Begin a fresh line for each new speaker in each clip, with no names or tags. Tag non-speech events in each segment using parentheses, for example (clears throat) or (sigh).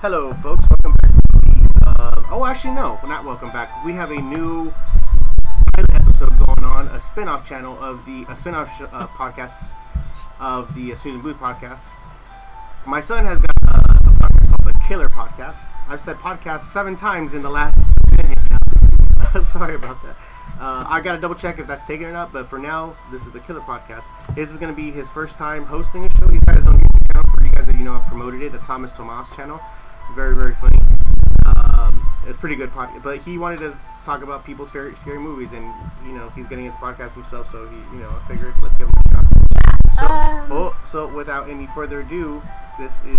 Hello, folks. Welcome back. To the, uh, oh, actually, no, not welcome back. We have a new pilot episode going on, a spin-off channel of the a spin-off sh- uh, podcast of the uh, Snooze and Blue podcast. My son has got uh, a podcast called the Killer Podcast. I've said podcast seven times in the last minute. (laughs) Sorry about that. Uh, I gotta double check if that's taken or not, but for now, this is the Killer Podcast. This is gonna be his first time hosting a show. He's got his own YouTube channel for you guys that you know I've promoted it, the Thomas Tomas channel. Very, very funny. Um, it's pretty good podcast, but he wanted to talk about people's favorite scary movies, and you know he's getting his podcast himself, so he, you know, I figured let's give him a shot. So,
Um,
oh, so without any further ado, this is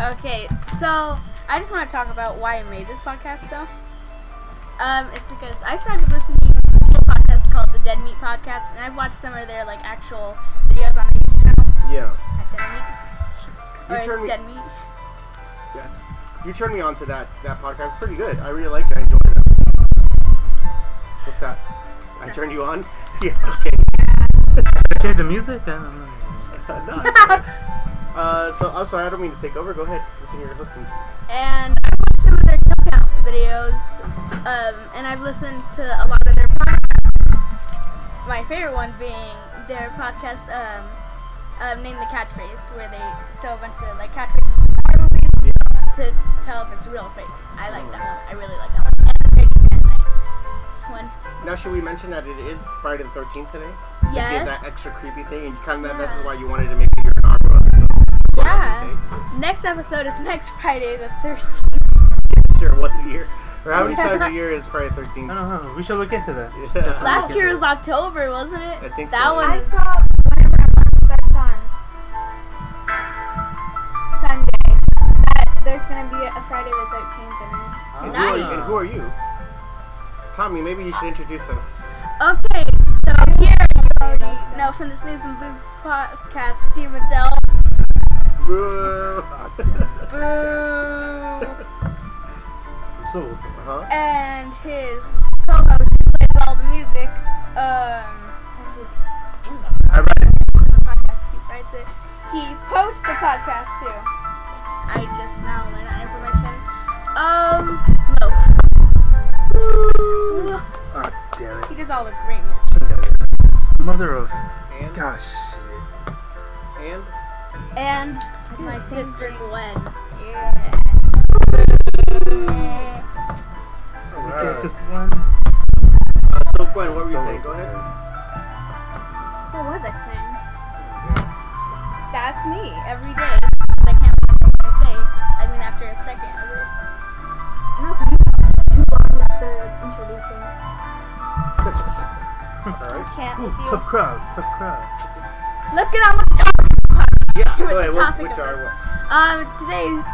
Okay, so I just want to talk about why I made this podcast, though. Um, it's because I started listening to a podcast called the Dead Meat Podcast, and I've watched some of their like actual videos on the YouTube channel
yeah.
at Dead
You
Meat or
turned me,
Dead Meat.
yeah. You turned me on to that that podcast. It's pretty good. I really like that. I enjoyed it. What's that? I turned you on. (laughs) Yeah. Okay.
There's the music. I don't know.
No, it's
(laughs)
all right. uh, so I'm sorry. I don't mean to take over. Go ahead. Continue your hosting.
And I watched some of their kill count videos, um, and I've listened to a lot of their podcasts. My favorite one being their podcast um, um, named the catchphrase, where they sell a bunch of like catchphrases from horror movies.
Yeah.
to tell if it's real or fake. I like that one. I really like that one. And the fake at night one.
Now, should we mention that it is Friday the 13th today? It
Yes.
gave that extra creepy thing, and kind of that, this
Yeah.
is why you wanted to make it your inaugural episode.
yeah. Next episode is next Friday the 13th.
Oh, Sure. Once a year. Or how many
(laughs)
times a year is Friday the 13th?
I don't know. We should look into that.
Yeah.
Last year was October, wasn't it?
I think
that
so,
one
yeah.
I
is.
saw one of our last bets on Sunday that there's gonna be a Friday the 13th in it.
And (laughs) who, are you, and who
Nice.
are you? Tommy, maybe you should introduce us.
Okay, so here you already know
know.
from the Snooze and Booze podcast, Steve Adele.
Boo.
Boo!
So,
huh?
and his co host who plays all the music. Um,
I read it.
the podcast. He writes it. He posts the podcast too. I just now learned that information. Um, no. Um,
Oh, damn it.
He does all the great music.
Mother of
And
gosh.
and
And my sister Gwen.
There's
Alright.
just one.
so Gwen, what were you saying? Go ahead.
What was I saying?
Yeah.
That's me every day. 'cause I can't remember what I say. I mean, after a second of it.
No, 'cause you took too long with the introducing.
Alright.
Can't
Ooh,
with you.
tough crowd. Tough
(laughs)
crowd.
Let's get on with the topic.
Yeah.
With
Go ahead.
the
What,
topic
which
of
are
this.
what?
Um, today's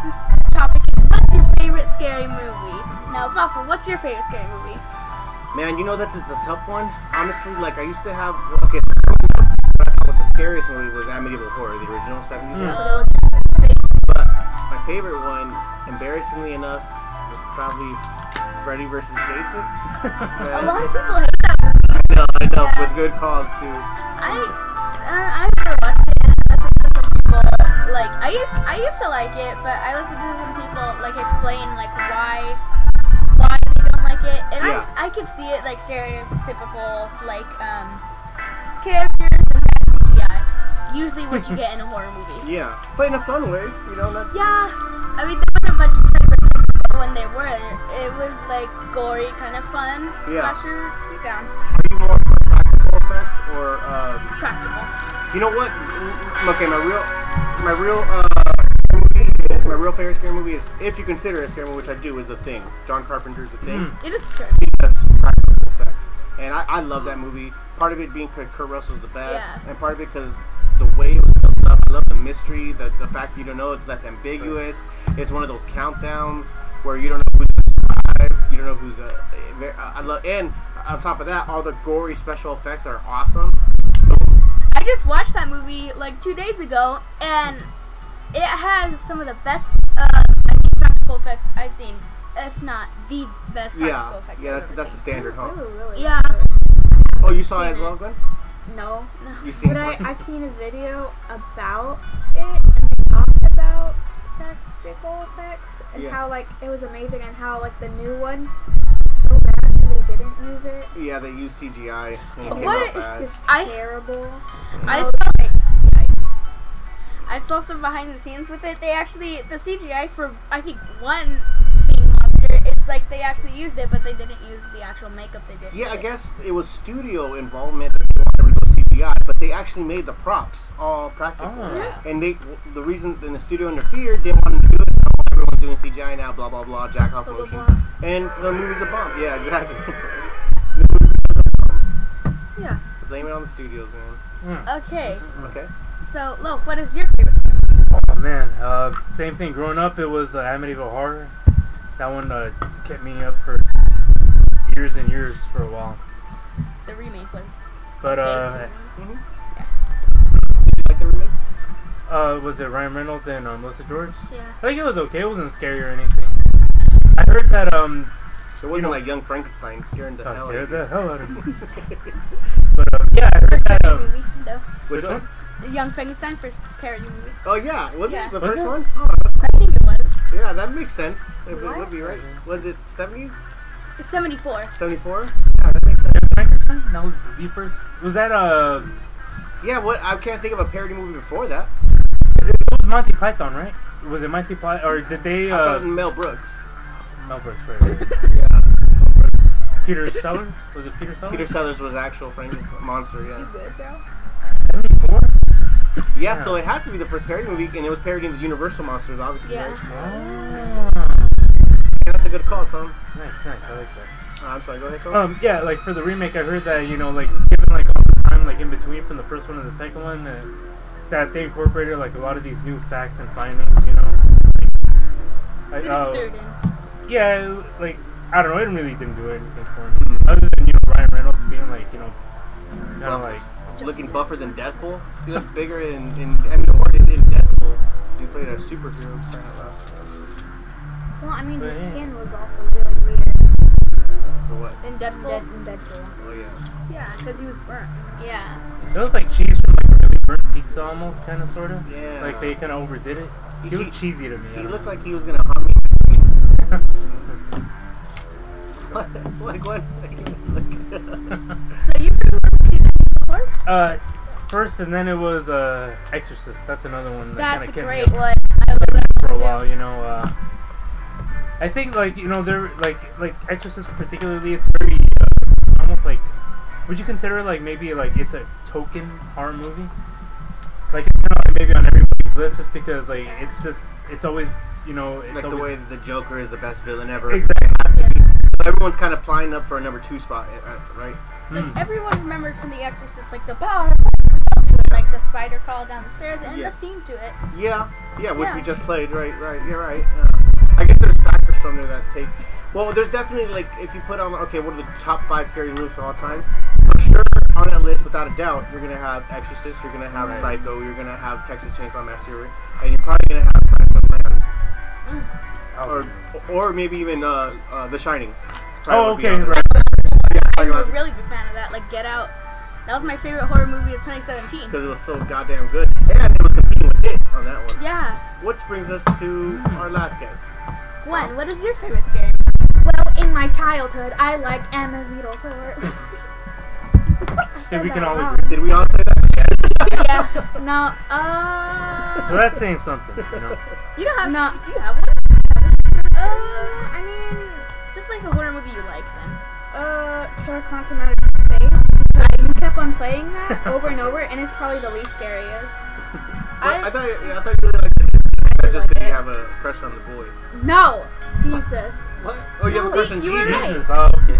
topic is what's your favorite scary movie? Now, Papa, what's your favorite scary movie?
Man, you know that's a, the tough one. Honestly, like I used to have. Okay. So what I thought was the scariest movie was Amityville Horror, the original '70s.
Mm.
Uh,
But my favorite one, embarrassingly enough, was probably Freddy versus Jason.
a
But-
lot of people hate that.
I know, I know, with good cause too.
I uh, I never watched it. and I listened to some people like I used I used to like it, but I listened to some people like explain like why why they don't like it, and
Yeah.
I I could see it like stereotypical like um characters and bad CGI. Usually,
(laughs)
what you get in a horror movie.
Yeah, but in a fun way, you know. Not
Yeah, I mean there wasn't much fun for kids, but when they were, it was like gory, kind of fun.
Yeah.
Slasher, you down.
are you more for practical effects or um,
Practical.
You know what? Okay, my real, my real, uh, scary movie, my real favorite scary movie is, if you consider it a scary movie, which I do, is The Thing. John Carpenter's The Thing.
Mm.
It is scary.
That's practical effects, and I, I love that movie. Part of it being because Kurt Russell's the best,
Yeah.
and part of it because the way it was built up. I love the mystery, the the fact you don't know it's left ambiguous. It's one of those countdowns where you don't know who's gonna survive, you don't know who's. Uh, I love, and on top of that, all the gory special effects are awesome.
I just watched that movie like two days ago, and it has some of the best uh, I think practical effects I've seen, if not the best practical
Yeah,
effects.
yeah,
I've
that's
ever
that's the
seen.
standard, huh?
Yeah.
Oh, you saw it as
Seen it.
well, Glenn?
No,
You seen
but
it?
I I've seen a video about it and they talked about that how like it was amazing and how like the new one so bad because they didn't use it.
Yeah, they used CGI. And it came
What?
out bad.
It's just
I-
terrible.
(laughs) I
Oh,
saw. I saw some behind the scenes with it. They actually the CGI for I think one seeing monster. It's like they actually used it, but they didn't use the actual makeup they did.
Yeah, I
with it.
guess it was studio involvement that they wanted to go CGI, but they actually made the props all practical.
Ah. Yeah.
And they, the reason then the studio interfered, didn't want to do it. Oh, everyone's doing CGI now, blah blah blah, jack off
Blah, blah,
motion,
blah.
and the movie's a bomb. Yeah, exactly. (laughs)
Yeah.
Blame it on the studios, man.
Okay.
Mm-hmm. Okay.
So, Loaf, what is your favorite?
Oh man, uh, same thing. Growing up, it was uh, Amityville Horror. That one uh, kept me up for years and years for a while.
The remake was.
But uh,
favorite to me.
Mm-hmm. Did you like the remake?
uh, was it Ryan Reynolds and uh, Melissa George?
Yeah.
I think it was okay. It wasn't scary or anything. I heard that um,
It wasn't like Young Frankenstein scaring the hell out
scared
of you.
the hell out of
(laughs)
me. But uh, yeah, I heard
First
that
parody
um,
movie, though.
Which
Which
one?
one?
The Young Frankenstein first parody movie.
Oh yeah, was
Yeah.
it the
Was
first
it?
one? Oh,
I think it was.
yeah, that makes sense. It would-
What?
would be right. Was it 70s,
74.
74? Yeah, that makes sense.
Frankenstein. That was the first. uh, Was that uh,
Yeah, what? I can't think of a parody movie before that.
it was Monty Python, right? Was it Monty Python or did they
I thought
uh,
Mel Brooks.
Mel Brooks? Right, right.
Yeah.
Peter Sellers? Was it Peter Sellers?
Peter Sellers was actual Frankenstein monster. Yeah.
Good though.
Yeah, so it had to be the first parody movie, and it was parodying the Universal monsters, obviously.
Yeah.
right?
Ah,
Yeah, that's a good call, Tom.
nice, nice. I like that.
Uh, I'm sorry. Go ahead, Tom.
Um, yeah, like for the remake, I heard that you know, like given like all the time, like in between from the first one and the second one, uh, that they incorporated like a lot of these new facts and findings. You know, I,
You're
uh,
student.
yeah, like I don't know, it really didn't do anything for me other than you know Ryan Reynolds being like you know, kind of like
looking buffer than Deadpool. He looks bigger in in I mean, or in, in Deadpool. He played a superhero. kind of, uh,
Well, I mean,
But,
his
yeah.
skin was also really weird.
uh, For what?
In Deadpool?
Dead and Deadpool.
Oh yeah.
Yeah, because he was burnt.
Yeah.
it was like cheese from like really burnt pizza almost, kind of sort of.
Yeah.
Like they kind of overdid it. He
He-
looked cheesy to me. I
He
don't
looked
know.
like he was gonna haunt me.
(laughs)
(laughs) What? like what? (laughs)
So, you prefer pizza before?
(laughs) Uh, first, and then it was uh, Exorcist. That's another one. That
That's a
kinda kept
great
me up
one. I love that
For
one
a
too.
while, you know. Uh, I think like you know they're like like Exorcist particularly. It's very uh, almost like. Would you consider like maybe like it's a token horror movie? Like it's kind of like maybe on everybody's list just because like it's just it's always you know it's
like the way
always
that the Joker is the best villain ever.
exactly
Everyone's kind of plying up for a number two spot, uh, uh, right?
Like
Mm.
everyone remembers from The Exorcist, like the power, and like the spider crawl down the stairs, and
Yeah.
the theme to it.
Yeah, yeah, which we
Yeah.
just played, right, right, you're right. Uh, I guess there's factors from there that take. Well, there's definitely, like, if you put on, okay, what are the top five scary movies of all time? For sure, on that list, without a doubt, you're going to have Exorcist, you're going to have
Right.
Psycho, you're going to have Texas Chainsaw Massacre, and you're probably going to have Silence of the Lambs,
Oh,
or, or maybe even uh, uh, The Shining.
Oh,
would be
okay,
on the-
right.
Yeah,
I
Psycho,
would really be a fan of that. Like Get Out. That was my favorite horror movie of 2017.
because it was so goddamn good. And it was competing with it on that one.
Yeah.
Which brings us to our last guest.
Gwen, what is your favorite scary?
Well, in my childhood, I like Amityville Horror. I
Then
said
we can
that
all
wrong.
agree.
Did we all say that?
movie?
(laughs)
yeah. (laughs) No. Uh.
so that's saying something, you know.
you don't have.
No.
Do you have one?
Uh, I mean,
Just like a horror movie you like, then.
uh, Terror Consummate Space. I kept on playing
(laughs)
that over and over, and it's probably the least scariest.
Well, I,
I-
thought yeah, I thought you really liked it. I just
like
didn't
it.
have a crush on the boy.
No! Jesus.
What? Oh, you have a
No,
crush on
you
Jesus.
were right.
Jesus, oh, okay.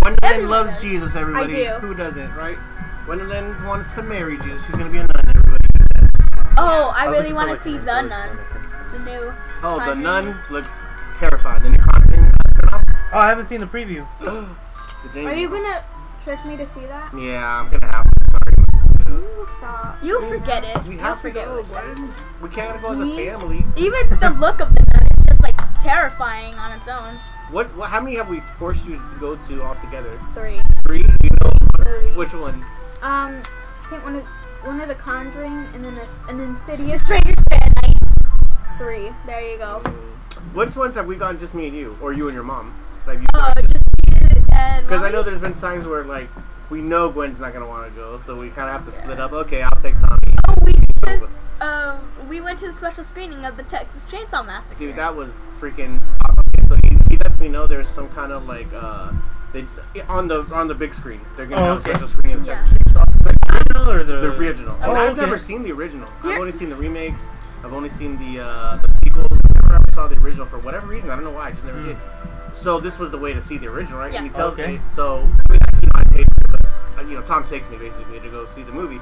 Gwendolyn
Everyone
loves
does.
Jesus, everybody.
do.
Who doesn't, right? Gwendolyn wants to marry Jesus. She's gonna be a nun, everybody.
Oh, I,
was
really
looking for,
want to
like,
see
an
the
influence on
nun,
it.
the new.
Oh, the
Conjuring.
nun looks terrified. The Necronomicon.
Oh, I haven't seen the preview.
(gasps) The Jane-
Are you gonna trick me to see that?
Yeah, I'm gonna have. to, Sorry.
Ooh, stop.
Mm-hmm. You forget it.
We
You'll
have to
forget
go.
what it is.
Gwen. We can't go as a
Me?
family.
Even the look of the nun is just like terrifying on its own.
What, what? How many have we forced you to go to all together?
Three.
Three. Do You know
Three.
which one?
Um, I think one of one of the Conjuring, and then this, and then Insidious
Just strangers at night.
three. There you go.
Which ones have we gotten? Just me and you, or you and your mom? Like you?
Oh, just and
Because I
mommy.
know there's been times where like we know Gwen's not gonna want to go, so we kind of have to split up. Okay, I'll take Tommy.
Oh, we
I'll
took.
go.
Um, we went to the special screening of the Texas Chainsaw Massacre.
Dude, that was freaking. Okay, so he, he lets me know there's some kind of like uh, they on the on the big screen. They're gonna
Oh,
have
okay.
a special screening of
Yeah.
Texas Chainsaw. Like,
original or the,
the original.
Oh,
and I've
okay.
never seen the original. I've
Here-
only seen the remakes. I've only seen the uh, the sequels. I never ever saw the original for whatever reason. I don't know why. I just never
Hmm.
did. So this was the way to see the original, right?
Yeah.
And he tells
Okay.
me. So I, mean, you know, I paid for it, but, uh, you know, Tom takes me basically to go see the movie.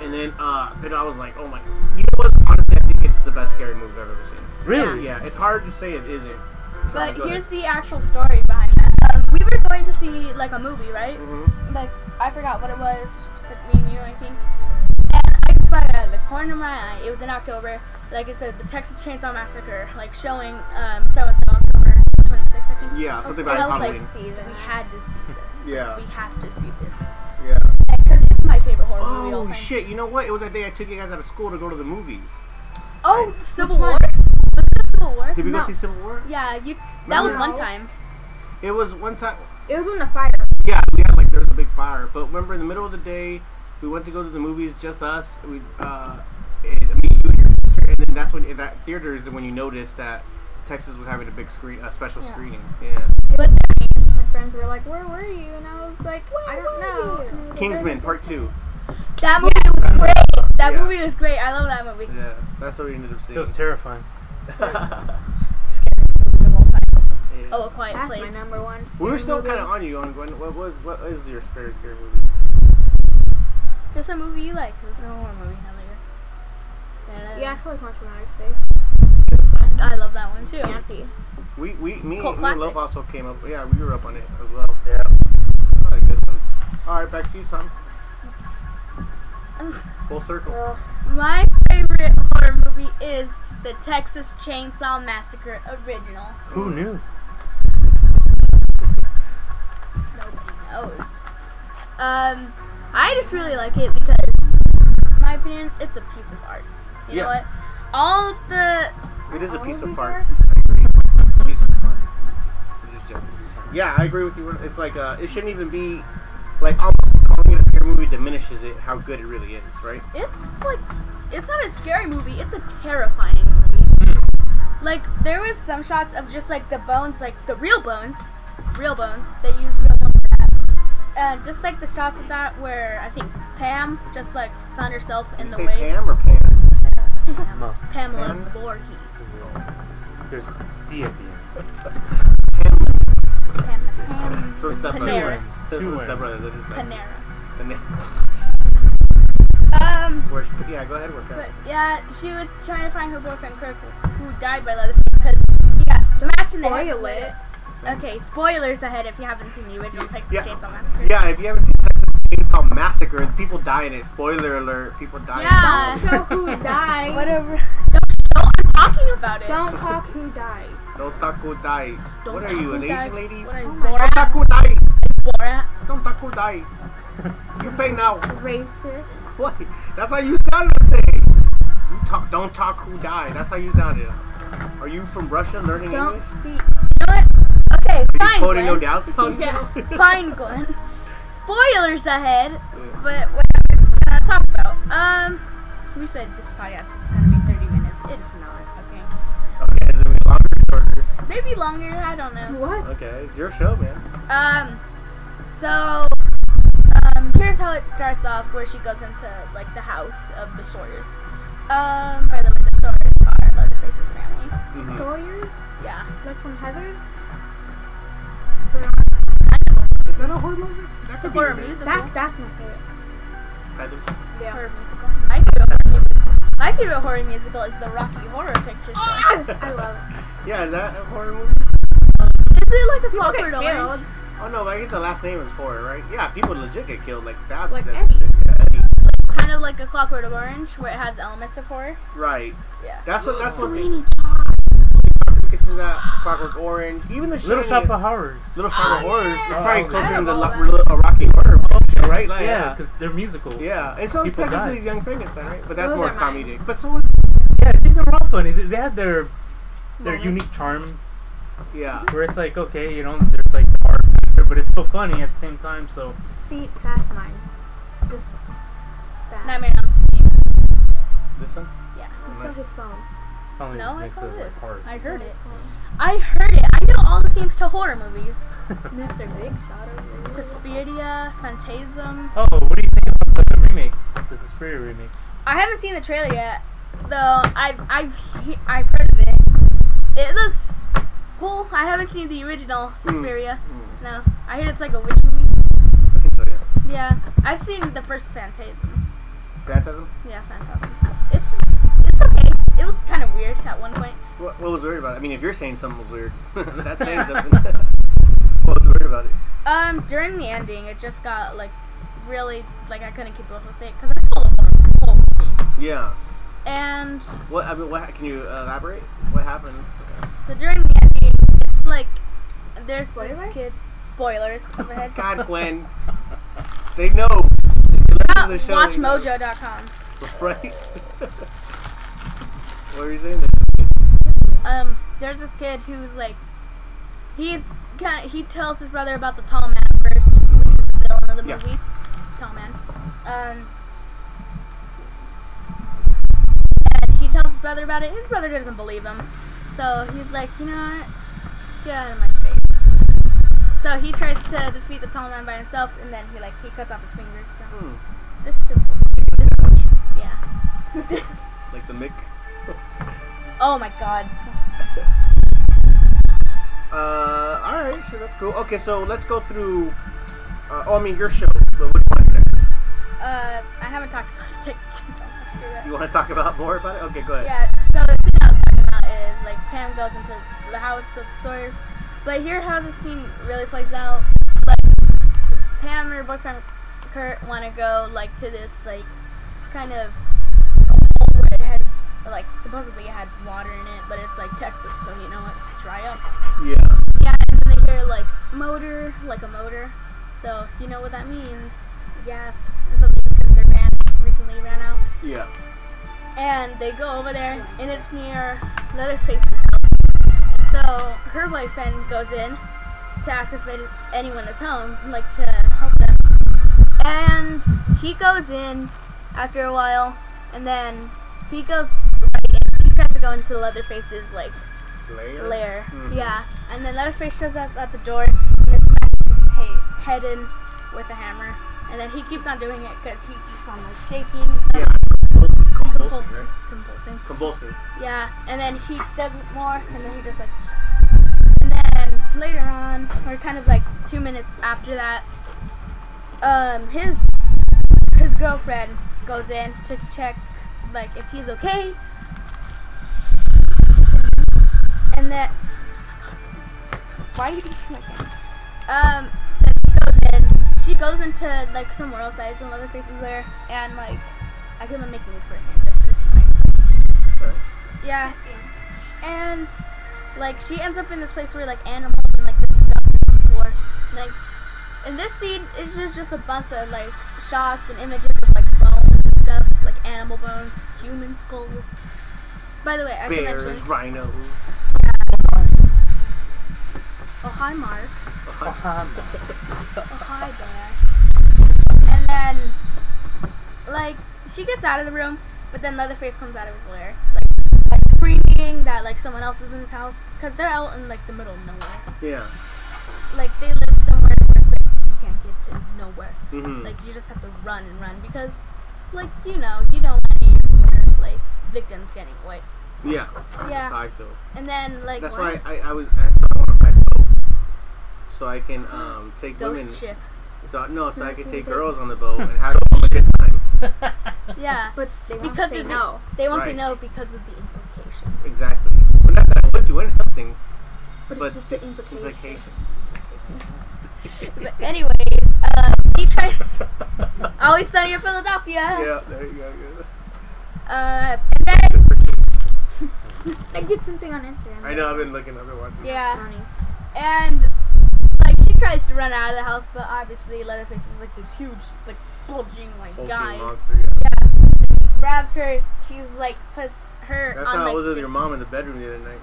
And then uh, then I was like, oh my. You know what? Honestly, I think it's the best scary movie I've ever seen.
Really?
Yeah, it's hard to say it isn't.
But
Go
here's the actual story behind that. Um, we were going to see like a movie, right?
Mhm.
Like I forgot what it was. Just like me and you, I think. And I just got it out of the corner of my eye. It was in October. Like I said, the Texas Chainsaw Massacre, like showing um so and so October 26th, I think.
Yeah, something
And
about
I was
Halloween.
like, we had to see this.
(laughs) Yeah.
We have to see this
yeah.
because it's my favorite horror movie. of all
Oh
time.
shit! You know what? It was that day I took you guys out of school to go to the movies.
Oh, Civil
Which
War.
one?
Was that Civil War?
Did we
no.
go see Civil War?
Yeah, you. That was one
No.
time.
It was one time.
It was when the fire.
Yeah, we had like there was a big fire. But remember, in the middle of the day, we went to go to the movies, just us. We, uh, and me, you, and your sister, and then that's when in that theater is when you noticed that Texas was having a big screen, a special
Yeah.
screening. Yeah,
But
My friends were like, "Where were you?" And I was like, "I
were
don't know." And they were
Kingsman
like,
Part Two.
That movie was great. That
Yeah.
movie was great. I love that movie.
Yeah, that's what we ended up
It
seeing.
was terrifing.
Yeah.
Oh, A Quiet
That's
Place.
my number one.
We were
scary
still
movie.
kind of on you on Gwen. What was what is your favorite scary movie?
Just a movie you like. It was a horror movie. Heather.
Yeah, I feel like Marshall Matters face.
I love that one too.
eh? Campy.
We we me
Cult
and me and
classic.
Love also came up. Yeah, we were up on it as well.
Yeah.
A lot of good ones. All right, back to you, Tom. Full circle.
My favorite horror movie is the Texas Chainsaw Massacre original.
Who knew?
Nobody knows. Um, I just really like it because, in my opinion, it's a piece of art. You know
Yeah.
what? All the
It is a
All
piece
these
of art.
are-
Piece of art. I'm just joking. Yeah, I agree with you. It's like uh, it shouldn't even be like almost calling it a scary movie diminishes it how good it really is, right?
It's like it's not a scary movie, it's a terrifying movie. Like there was some shots of just like the bones, like the real bones, real bones. They use real bones. for that. Uh, just like the shots of that where I think Pam just like found herself in
you
the
say
way
Pam or Pam?
No,
Pamela
Pam?
Voorhees.
there's D at the end.
Pam, Pam
From Step
Panera.
Brothers.
Two
From Step
M's.
Brothers. that is best.
Panera.
Panera.
Um,
Where's- Yeah, go ahead. Work
but
out.
yeah, she was trying to find her boyfriend Kirk, who died by Leatherface because he got smashed in the head.
Spoil
with
it.
Okay, spoilers ahead if you haven't seen the original Texas
Yeah.
Chainsaw Massacre.
Yeah, if you haven't seen Texas Chainsaw Massacre, people die in it. Spoiler alert: people die.
Yeah.
In it.
Show
(laughs)
who died.
Whatever. Don't, don't I'm talking about it.
Don't talk who died.
Don't taco die.
Don't
what are
talk
you, an
who
Asian
dies.
lady?
What are you,
Oh my
Don't
Borat?
taco die.
Borat?
Don't taco die. You pay now.
Racist.
(laughs) What? That's how you sounded saying. You talk. Don't talk. Who died? That's how you sounded. Are you from Russia learning
Don't
English?
speak.
You know what? Okay,
Are you
fine,
quoting
Gwen.
O'Dowd's
(laughs)
song?
Yeah.
(laughs)
Fine, Gwen. Spoilers ahead, but whatever. Can I talk about? Um, we said this podcast was gonna be 30 minutes. It is not. Okay.
Okay, is it gonna be longer or shorter?
Maybe longer. I don't know.
What?
Okay, it's your show, man.
Um, so, um, here's how it starts off where she goes into, like, the house of the Sawyers. Um, by the way, the Sawyers are Leatherface's family.
Mm-hmm.
Sawyers?
Yeah.
Like from Heather's?
Is that a horror movie? That
The
could
horror
be a movie.
musical.
That, that's my favorite. (laughs)
Heather's.
Yeah.
Horror musical. My favorite horror musical. My favorite horror musical is the Rocky Horror Picture Show.
I love it.
Yeah, is that a horror movie?
(laughs) Is it like a
People
Clockwork
get
Orange?
killed.
Oh no, I get the last name is horror, right? Yeah, people legit get killed, like stabbed.
Like
and
Eddie.
shit. Yeah, Eddie.
Kind of like a Clockwork Orange where it has elements of horror.
Right.
Yeah.
That's what. That's what.
Sweeney
Get to that Clockwork Orange. Even the
Little
Shining
Shop
is-
of Horrors.
Little Shop of
Oh,
Horrors
yeah.
is probably
Oh,
closer
I
than the
love
lo-
all that.
Ro- Rocky Horror Picture Show, right? Like,
Yeah,
yeah.
because they're musical.
Yeah, and so it's
People
technically
die.
Young Frankenstein, right? But that's
Those
more
are mine.
comedic. But so is
Yeah, I think they're all funny. They they had their their
Moments.
unique charm
Yeah.
where it's like okay you know there's like art there, but it's still funny at the same time so
See, that's mine. Just that.
Nightmare on Elm Street.
This one?
Yeah.
It's still his phone.
finally
No,
just
I
makes
saw
it like
this.
hard
I
It's
heard
still
it.
his phone.
I heard it. I know all the themes to horror movies.
Mr. Big Shot over here.
Suspiria, Phantasm.
oh what do you think about the remake the Suspiria remake
I haven't seen the trailer yet, though. I've I've he- I've heard of it. It looks cool. I haven't seen the original Suspiria.
Mm,
No, I heard it's like a witch movie.
I think so, yeah.
Yeah, I've seen the first Phantasm.
Phantasm?
Yeah, Phantasm. It's it's okay. It was kind of weird at one point.
What, what was weird about it? I mean, if you're saying something was weird, (laughs) that's saying something. what was weird about it?
Um, during the ending, it just got like really like I couldn't keep up with it because I saw the horror- whole movie.
Yeah.
And
What I mean, what can you uh, elaborate? What happened?
so during the ending, it's like there's
Spoiler?
this kid. Spoilers overhead.
(laughs) God, Gwen, they know. If you listen to the show, they know.
WatchMojo.com.
(laughs) right? what are you saying? There?
Um, there's this kid who's like, he's kind of he tells his brother about the tall man first, which is the villain of the
Yeah.
movie, tall man. Um, and he tells his brother about it. His brother doesn't believe him, so he's like, you know what? Get out of my face. So he tries to defeat the tall man by himself, and then he like he cuts off his fingers. So
Hmm.
this is just, this is, yeah.
Like the Mick.
Oh my god.
Uh, all right, so that's cool. Okay, so let's go through. Uh, oh, I mean your show. But which one?
Uh, I haven't talked about (laughs) politics. You're right.
You want to talk about more about it? Okay, go ahead.
Yeah, so the scene I was talking about is like Pam goes into the house of the Sawyers. But here, how the scene really plays out, like Pam and her boyfriend Kurt want to go like to this like kind of hole where it had like supposedly it had water in it, but it's like Texas, so you know what, dry up.
Yeah.
Yeah, and then they hear like motor, like a motor. So you know what that means, gas or something, because their van recently ran out
Yeah.
and they go over there, and it's near Leatherface's house. And so her boyfriend goes in to ask if any- anyone is home, like to help them. And he goes in after a while, and then he goes like he tries to go into Leatherface's like
Layer.
lair.
Mhm.
Yeah, and then Leatherface shows up at the door and then smacks his he- head in with a hammer. And then he keeps on doing it because he keeps on like shaking,
Yeah. Convulsing.
convulsing,
Right?
convulsing.
Convulsing.
Yeah, and then he does it more, and then he just like. And then later on, or kind of like two minutes after that, um, his his girlfriend goes in to check like if he's okay. And then why are you like Um, then he goes in. She goes into like somewhere else. I have some other faces there, and like I couldn't make these for him. Yeah. And like she ends up in this place where like animals and like this stuff on the floor. And, like in this scene it's just just a bunch of like shots and images of like bones and stuff, like animal bones, human skulls. By the way, I should
Bears,
mention
rhinos.
Oh hi
(laughs)
Mark. Oh hi Dash. And then like she gets out of the room, but then Leatherface comes out of his lair. Like, like screaming that like someone else is in his house. Because they're out in like the middle of nowhere.
Yeah.
like they live somewhere where it's like you can't get to nowhere.
Mm-hmm.
Like you just have to run and run because, like you know, you don't want any of your like victims getting away.
yeah. That's how
Yeah,
I feel.
and then like
That's
what?
why I, I was I thought I want to find a boat so I can um take
ghost
women.
ship.
So no, so I can take girls on the boat and have a good time.
Yeah,
But they won't
Because
say
of the-
no.
they won't say
Right.
no because of the implication.
Exactly. But not that I would do something.
But,
But
it's just the implication.
Vacation.
But anyways, um, she
(laughs)
tries. Always sunny in Philadelphia.
Yeah. There you go.
(laughs)
yeah.
Uh, and then
I did something on Instagram.
I know. I've been looking. I've been watching.
yeah.
Funny.
And like she tries to run out of the house, but obviously Leatherface is like this huge, like bulging like
Hulking
guy.
monster. Yeah.
grabs her. She's like puts her
That's
on
how I
like
was with
this-
your mom in the bedroom the other night.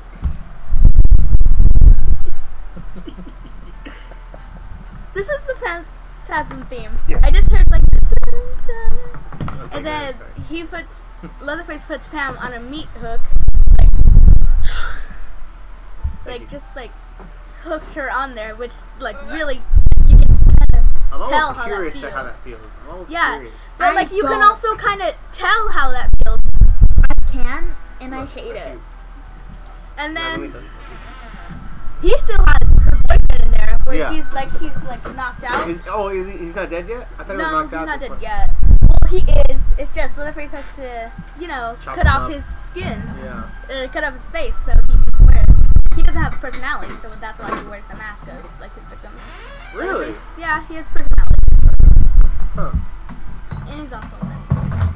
This is the phantasm theme.
Yes.
I just heard like the dun, dun,
Okay,
and
yeah,
then
sorry. (laughs)
he puts Leatherface puts Pam on a meat hook,
Thank you. Uh,
like just like hooks her on there, which like really you can kind of
I'm always
tell how that
curious to how that feels. I'm always
Yeah.
curious.
but
I
like you can
don't-
also kind of tell how that feels.
I can, and I
Look,
hate
that's
it.
you.
And
Yeah, let me
then
touch that.
he still has her boyfriend in there, where
Yeah.
he's like he's like knocked out.
Is, oh, is he, he's not dead yet? I thought he was
no,
knocked
he's
out.
not
this
dead
one.
yet. Well, he is. It's just Leatherface has to, you know,
Chop
cut
him
off
up.
his skin.
Yeah.
uh, cut off his face so he can wear. He doesn't have a personality, so that's why he wears the mask of like his victims.
Really?
He's- yeah, he has personality,
Huh.
and he's also a legend.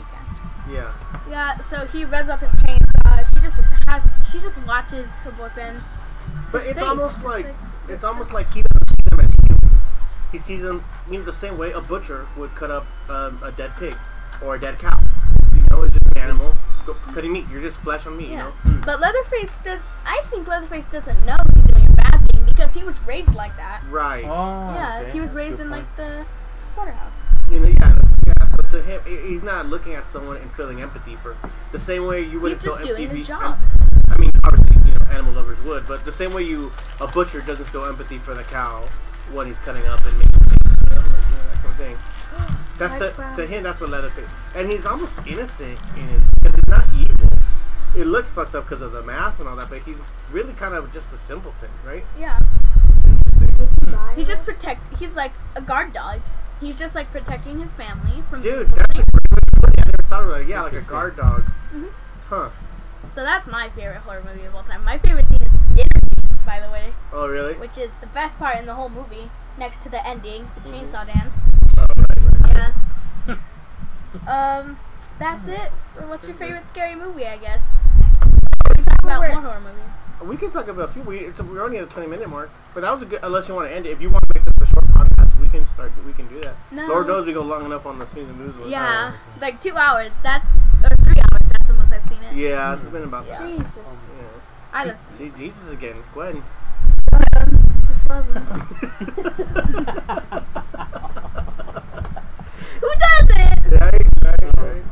Yeah.
Yeah, so he revs up his chains. Uh, she just has. She just watches her boyfriend.
But
His
it's
face,
almost
just
like,
like-
it's almost like he doesn't see them as humans. He sees them, you know, the same way a butcher would cut up um, a dead pig or a dead cow. You know, it's just an animal go- cutting meat. You're just flesh on meat. You
Yeah.
know. Hmm.
But Leatherface does. I think Leatherface doesn't know he's doing a bad thing because he was raised like that.
Right.
Oh,
yeah,
okay,
he was
that's a
raised
good
in
point.
like the slaughterhouse.
You know, yeah, yeah. So to him, he- he's not looking at someone and feeling empathy for the same way you would.
He's just doing his job.
um, I mean, obviously, you know, animal lovers would, but the same way you a butcher doesn't feel empathy for the cow when he's cutting up and making you know, like, you know, that kind of thing. That's
Like,
the,
um,
to him. That's what Leatherface, and he's almost innocent in his because he's not evil. It looks fucked up because of the mask and all that, but he's really kind of just a simpleton, right?
Yeah,
It's interesting.
he just protect. He's like a guard dog. He's just like protecting his family from.
Dude, that's a great way to put it. I never thought about it. Yeah, like a
Interesting.
guard dog.
Mm-hmm.
Huh.
So that's my favorite horror movie of all time. My favorite scene is the dinner scene, by the way,
Oh, really?
which is the best part in the whole movie, next to the ending, the chainsaw dance.
Oh, right, right.
Yeah.
(laughs)
um, that's it. Well, What's your favorite scary movie? I guess. We talk about more horror movies.
We can talk about a few. We, it's, we're only at the 20 minute mark, but that was a good. Unless you want to end it, if you want to make this a short podcast, we can start. We can do that.
No.
Lord knows we go long enough on the scenes and movies.
Yeah, like two hours. That's or three hours. That's the most I've seen it.
Yeah, it's been about that.
Jesus.
Yeah.
I love.
Gee, Jesus again, Gwen. (laughs)
Just love him.
Who doesn't?
right, right, right.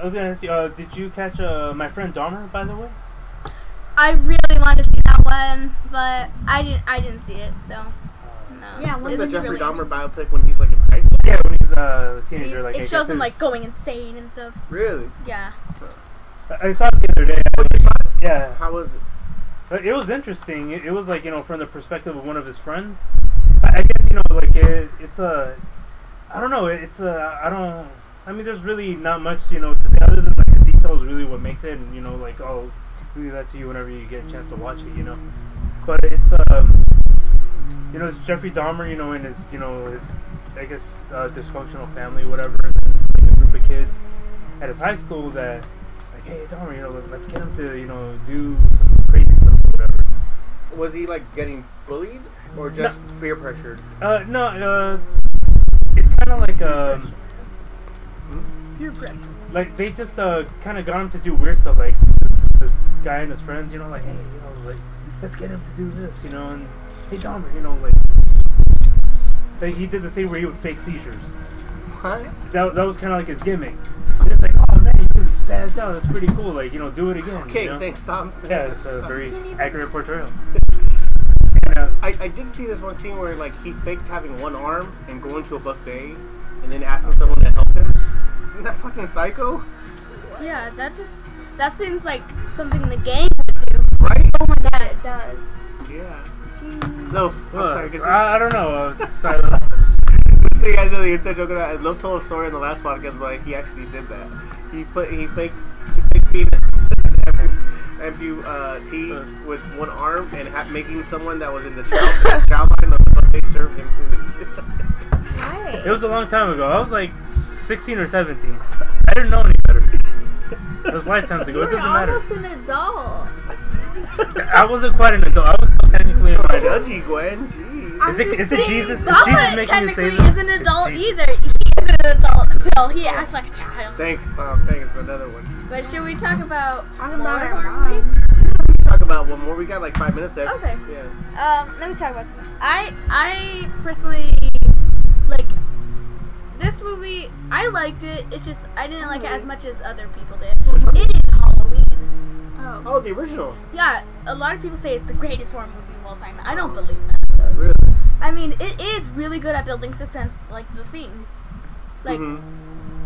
I was gonna ask you, uh, did you catch uh, my friend Dahmer, by the way?
I really wanted to see that one, but I didn't. I didn't see it though. No.
Yeah,
It
What's the
looked
Jeffrey
really
Dahmer biopic when he's like in high school?
Yeah, when he's uh, a
It-
teenager, like I
it shows
guess
him like
his-
going insane and stuff.
Really?
Yeah.
I I saw it the other day. Yeah,
How was it?
but it was interesting. It, it was like you know from the perspective of one of his friends. I, I guess you know like it, it's a, I don't know. It's a I don't. I mean, there's really not much you know to say other than like the details really what makes it, and you know like oh, leave that to you whenever you get a chance to watch it, you know. But it's um, you know, it's Jeffrey Dahmer, you know, and his you know his I guess uh, dysfunctional family, whatever, and then, like a group of kids at his high school that like, hey, Dahmer, you know, let's get him to you know do some crazy stuff, or whatever.
Was he like getting bullied or just peer pressured?
Uh, no, uh, it's kind of like um,
You're great.
like they just uh kind of got him to do weird stuff, like this, this guy and his friends, you know, like hey, you know, like let's get him to do this, you know, and hey, Dahmer, you know, like. Like he did the same where he would fake seizures.
What?
That, that was kind of like his gimmick. And it's like, oh man, you really spazzed out. That's pretty cool. Like you know, do it again. you
Okay,
know?
thanks, Tom.
Yeah, it's a very accurate portrayal.
I, I did see this one scene where like he faked having one arm and going to a buffet and then asking someone to help him. Isn't that fucking psycho?
Yeah, that just that seems like something the gang would do.
Right?
Oh my god, it does.
Yeah. No, I'm sorry.
Look,
continue.
Uh, I, I don't know. uh, silence.
So you guys know the inside joke of that. Love told a story in the last podcast, but he actually did that. He put he faked he faked being an (laughs) ampu- amputee with one arm and ha- making someone that was in the (laughs) child child line of the buffet serve him food.
It was a long time ago. I was like 16 or 17. I didn't know any better. It
(laughs)
was lifetimes ago. It doesn't matter.
almost an adult.
I wasn't quite an adult. I was still technically in my adult.
Judgy Gwen, jeez.
Is it, is it Jesus? Is Jesus
Bubba
making you
technically
say this?
isn't an
It's
adult
Jesus.
either. He is an adult still. He acts like a child.
um, Thanks, Tom. Thanks. Another one.
But should we talk about
Talk
more
about our
horror
moms.
movies?
talk about one more. We got like five minutes left.
Okay.
Yeah.
Um, let me talk about something. I I personally like this movie. I liked it. It's just I didn't like it as much as other people did. It is Halloween.
Oh.
Oh, the original.
Yeah, a lot of people say it's the greatest horror movie of all time. I don't believe that. though.
Really?
I mean, it is really good at building suspense, like the theme, like
Mhm.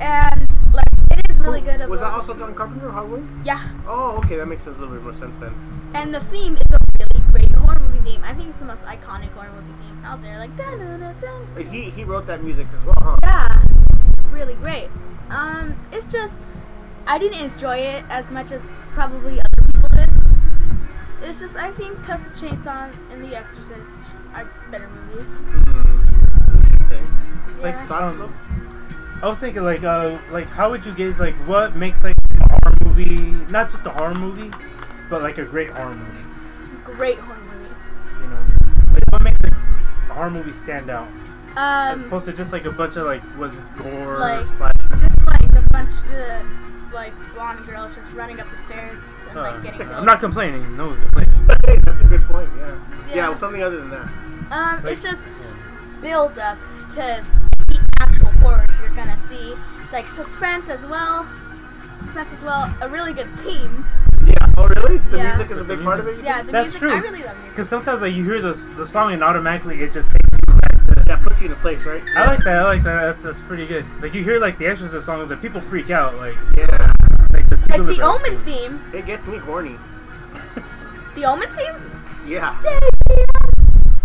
and like it is really good at
Was that
building-
also John Carpenter? Halloween?
yeah.
Oh, okay. That makes a little bit more sense then.
And the theme is a really great horror movie theme. I think it's the most iconic horror movie theme out there. Like dun dun dun dun.
Like, he he wrote that music as well, huh?
Yeah, it's really great. Um, it's just I didn't enjoy it as much as probably other people did. It's just I think Texas Chainsaw and The Exorcist are better movies.
Interesting.
Like,
Yeah.
Thoughts,
Um,
Philip?
I was thinking, like, uh, like how would you gauge, like, what makes like a horror movie, not just a horror movie, but like a great horror movie?
Great horror movie.
You know, like what makes a horror movie stand out as
Um,
opposed to just like a bunch of like was it gore
Like-
slash
just like a bunch of like blonde girls just running up the stairs and
uh,
like getting.
I'm not complaining. No one's complaining.
Hey, (laughs) that's a good point. Yeah. Yeah.
Yeah.
well, something other than that.
Um,
Like-
it's just build up to the actual horror you're gonna see, like suspense as well. Suspense as well. A really good theme.
Yeah. Oh, really? The
Yeah.
music is a big part of it. you
Yeah,
think?
the
That's
music.
true.
I really love music.
Because sometimes like you hear the the song and automatically it just takes you back to.
Yeah, puts you in a place, right?
I like that. I like that. That's, that's pretty good. Like you hear like the Exorcist songs and people freak out. Like
Yeah.
like
Like
the,
the
Tubular Bells.
Omen theme.
It gets me horny.
The Omen theme. (laughs)
Yeah.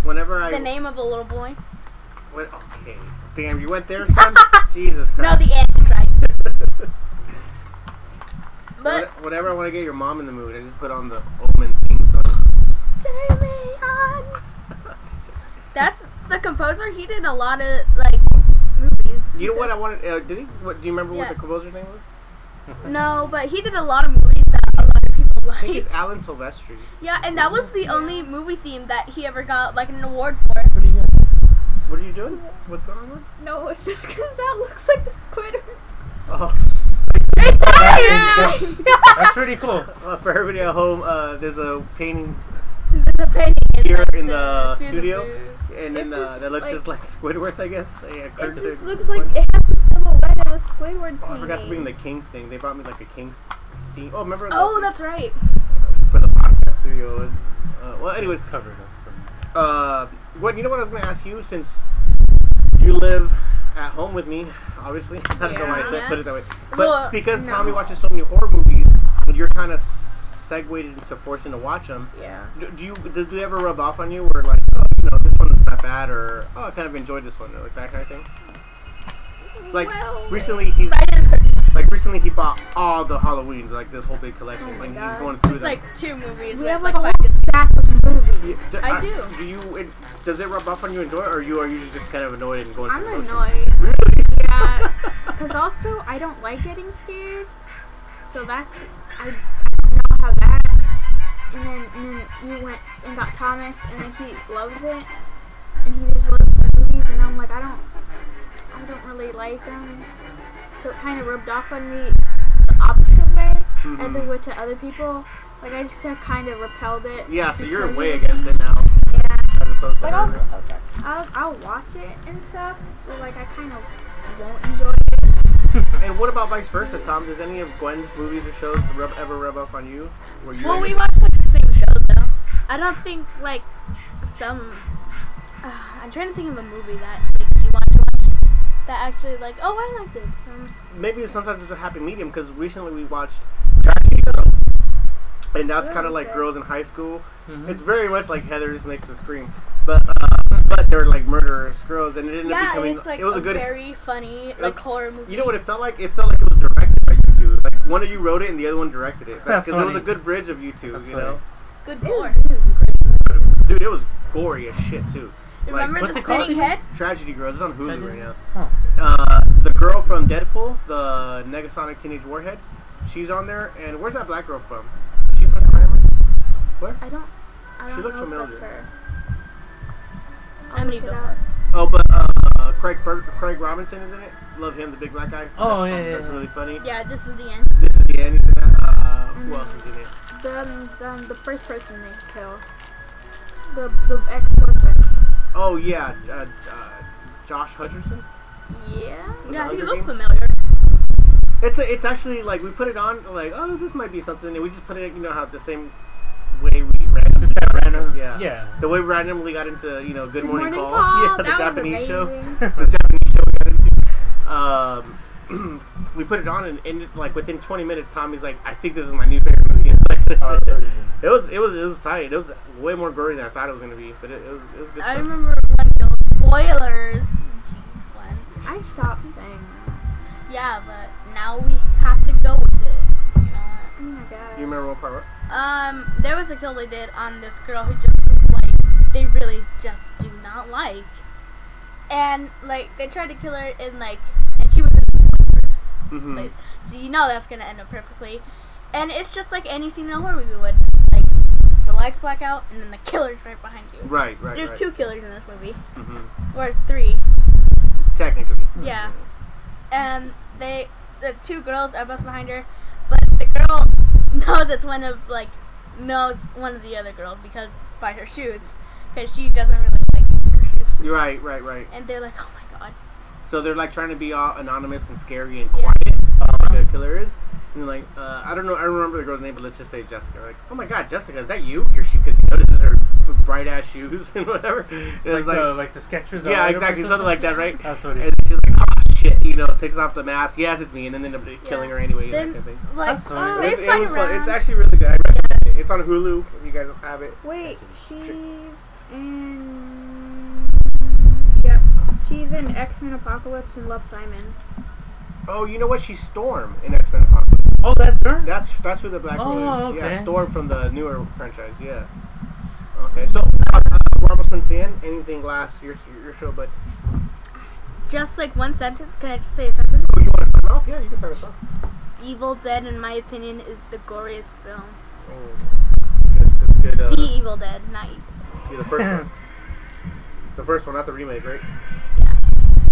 Whenever I
The name of a little boy.
Went, okay. Damn, you went there,
(laughs)
son. Jesus
No,
Christ.
the
(laughs)
Antichrist. But
When- whenever I want to get your mom in the mood, I just put on the Omen theme song.
Take me on. That's the composer. He did a lot of like movies.
You know what I wanted? Uh, did he? What, do you remember what
Yeah.
the composer's
(laughs)
name was?
No, but he did a lot of movies that a lot of people
I think
like.
it's Alan Silvestri.
(laughs) Yeah, and that was the only movie theme that he ever got like an award for.
Pretty good.
What are you doing? What's going on? Man?
(laughs) No, it's just because that looks like the squid.
(laughs) Oh,
That is- that's,
(laughs)
that's pretty cool.
well, for everybody at home, uh, there's a painting
the painting is,
here
like,
in the
Series of
studio,
Blues.
and then
It's
uh,
just
that looks
like-
just like (laughs) Squidward, I guess. Yeah,
It
Kirk's-
just (laughs) looks like it has the silhouette of a Squidward
Oh, I forgot to bring
painting.
the Kings thing. They brought me like a Kings theme. Oh, remember? the-
Oh, that's right.
for the podcast studio. Uh, well, anyways,
Covered up. So.
uh, what you know what I was gonna ask you since you live at home with me, obviously. (laughs) I don't know why I said
Yeah.
put it that way, but
Well,
because
no.
Tommy watches so many horror movies, you're kind of segued into forcing to watch them.
Yeah.
Do, do you do they ever rub off on you, or like, oh, you know, this one's not bad, or oh, I kind of enjoyed this one, or like that kind of thing? Like
Well,
recently, he's
Friday the 13th.
like recently he bought all the Halloweens, like this whole big collection.
Oh my
like he's
God.
going through
Just
them.
like two movies.
We
with,
have like a whole
five-
stack of movies. (laughs)
Yeah, d-
I
are-
do.
Do you? It, does it rub off on you and joy, or you are usually just kind of annoyed and going?
I'm
through the motions?
annoyed.
Really?
Yeah, because also I don't like getting scared, so that's I not how that. And then, and then you went and got Thomas, and then he loves it, and he just loves the movies, and I'm like I don't, I don't really like them, so it kind of rubbed off on me the opposite way as it
Mhm.
would to other people. Like I just kind of repelled it.
Yeah. So you're
because
way
of-
against it now,
Yeah.
as opposed to.
Like I'll,
her.
I'll, I'll watch it and stuff, but like I kind of won't enjoy it.
And what about vice versa, Tom? Does any of Gwen's movies or shows rub, ever rub off on you? Were you
Well, we
like-
watch like the same shows though. I don't think like some. Uh, I'm trying to think of a movie that makes you want to watch. That actually like, oh, I like this. Um,
maybe sometimes it's a happy medium because recently we watched Tragedy Girls, and that's
Oh,
kind of like girls in high school.
Mm-hmm.
It's very much like Heather's makes with Scream, but uh, but they're like murderous girls, and it ended up
yeah,
becoming
and it's like
it was a, good
very funny
was-
like horror movie.
You know what it felt like? It felt like it was directed by you two. Like one of you wrote it and the other one directed it. Because
That's
it was a
funny.
good bridge of you two.
That's
you know,
Good gore.
dude, it was gory as shit too.
Remember
What's
the
it called
spinning
again?
head?
Tragedy Girls. It's on Hulu right
Tragedy?
now.
Huh.
Uh, the girl from Deadpool, the Negasonic Teenage Warhead, she's on there. And where's that black girl from? She from Spider-Man?
I don't. I
She
don't
looks
know if that's
familiar.
her. I'll
Emily
look it
Blunt.
up.
Oh, but uh, uh, Craig Fer- Craig Robinson is in it. Love him, the big black guy.
Oh, yeah,
that's
yeah, yeah.
really funny.
Yeah, this is the end.
This is the end. Uh, Who else is in it?
The, the, the first person they kill. The, the ex-boyfriend.
Oh yeah, uh, uh, Josh Hutcherson.
Yeah.
With
Yeah,
the
he
Hunger
looked
Games?
familiar.
It's a, it's actually like we put it on like oh this might be something and we just put it you know how the same way we randomly
Just that random.
yeah
Yeah.
the way we randomly got into you know Good Morning, Call, (laughs) yeah the
that
Japanese
was
show
amazing.
(laughs) the Japanese show we got into um (clears throat) we put it on and, and like within 20 minutes Tommy's like I think this is my new favorite movie (laughs)
Uh,
it was it was it was tight it was way more gory than I thought it was gonna be but it, it was it was good
I
stuff.
remember when Bill spoilers. Jeez, Glenn.
(laughs) I stopped saying that.
Yeah, but now we have to go with it. You know.
Oh my
you
god.
remember what part was?
Um, there was a kill they did on this girl who just like they really just do not like, and like they tried to kill her in like, and she was in the first
Mhm.
place, so you know that's gonna end up perfectly. And it's just like any scene in a horror movie would, like the lights black out and then the killer's right behind you.
right right
There's
right.
two killers in this movie,
Mhm.
or three,
technically
yeah. And Um, they, the two girls are both behind her, but the girl (laughs) knows it's one of like knows one of the other girls because by her shoes, because she doesn't really like her shoes.
You're right right right
And they're like, oh my god,
So they're like trying to be all anonymous and scary and
Yeah.
quiet. The killer is. And like, uh, I don't know, I don't remember the girl's name, but let's just say Jessica. Like, oh my god, Jessica, is that you? Your shoe, because you notices her bright ass shoes (laughs) and whatever. And
like,
it's like,
the like the sketches.
yeah, exactly, something like that,
(laughs)
right?
That's what it
And
is.
she's like, oh shit, you know, takes off the mask. Yes, it's me, and then end up killing her anyway. and that
Then-
kind of thing.
like
Oh,
That's funny.
they
It- it
fight
was fun.
around.
It's actually really good. I recommend it. It's on Hulu. If you guys don't have it,
Wait, she's in. Yep. She's in X Men Apocalypse and Love Simon.
oh, you know what? She's Storm in X Men Apocalypse.
Oh, that's her.
That's that's who the black
Oh,
girl is. Yeah,
okay.
Storm from the newer franchise. Yeah. Okay, so uh, we're almost coming to the end. Anything last your your show, but
just like one sentence. Can I just say a sentence?
you want to start off? Yeah, you can start us off.
Evil Dead, in my opinion, is the goriest film.
That's, that's Oh, good. Uh,
The Evil Dead, not e-, Evil.
yeah, the first one. The first one, not the remake, right?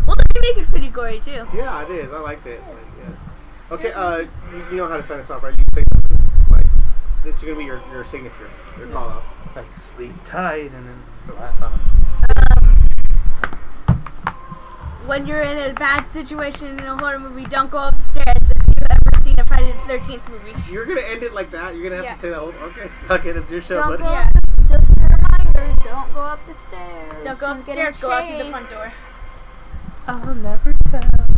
Well, the remake is pretty gory too.
Yeah, it is. I liked it. Like, yeah. Okay, uh, you, you know how to sign us off, right? You say like it's gonna be your, your signature, your call out.
Like sleep tight and then slap on. it.
when you're in a bad situation in a horror movie, don't go upstairs if you've ever seen a Friday the 13th movie.
You're gonna end it like that. You're gonna have
Yeah.
to say that. Whole, okay, (laughs) okay, that's your show,
Don't
buddy.
go up the, just a reminder, don't go up the stairs.
Don't go
You get
upstairs, go out to the
chased.
front door.
I'll never tell.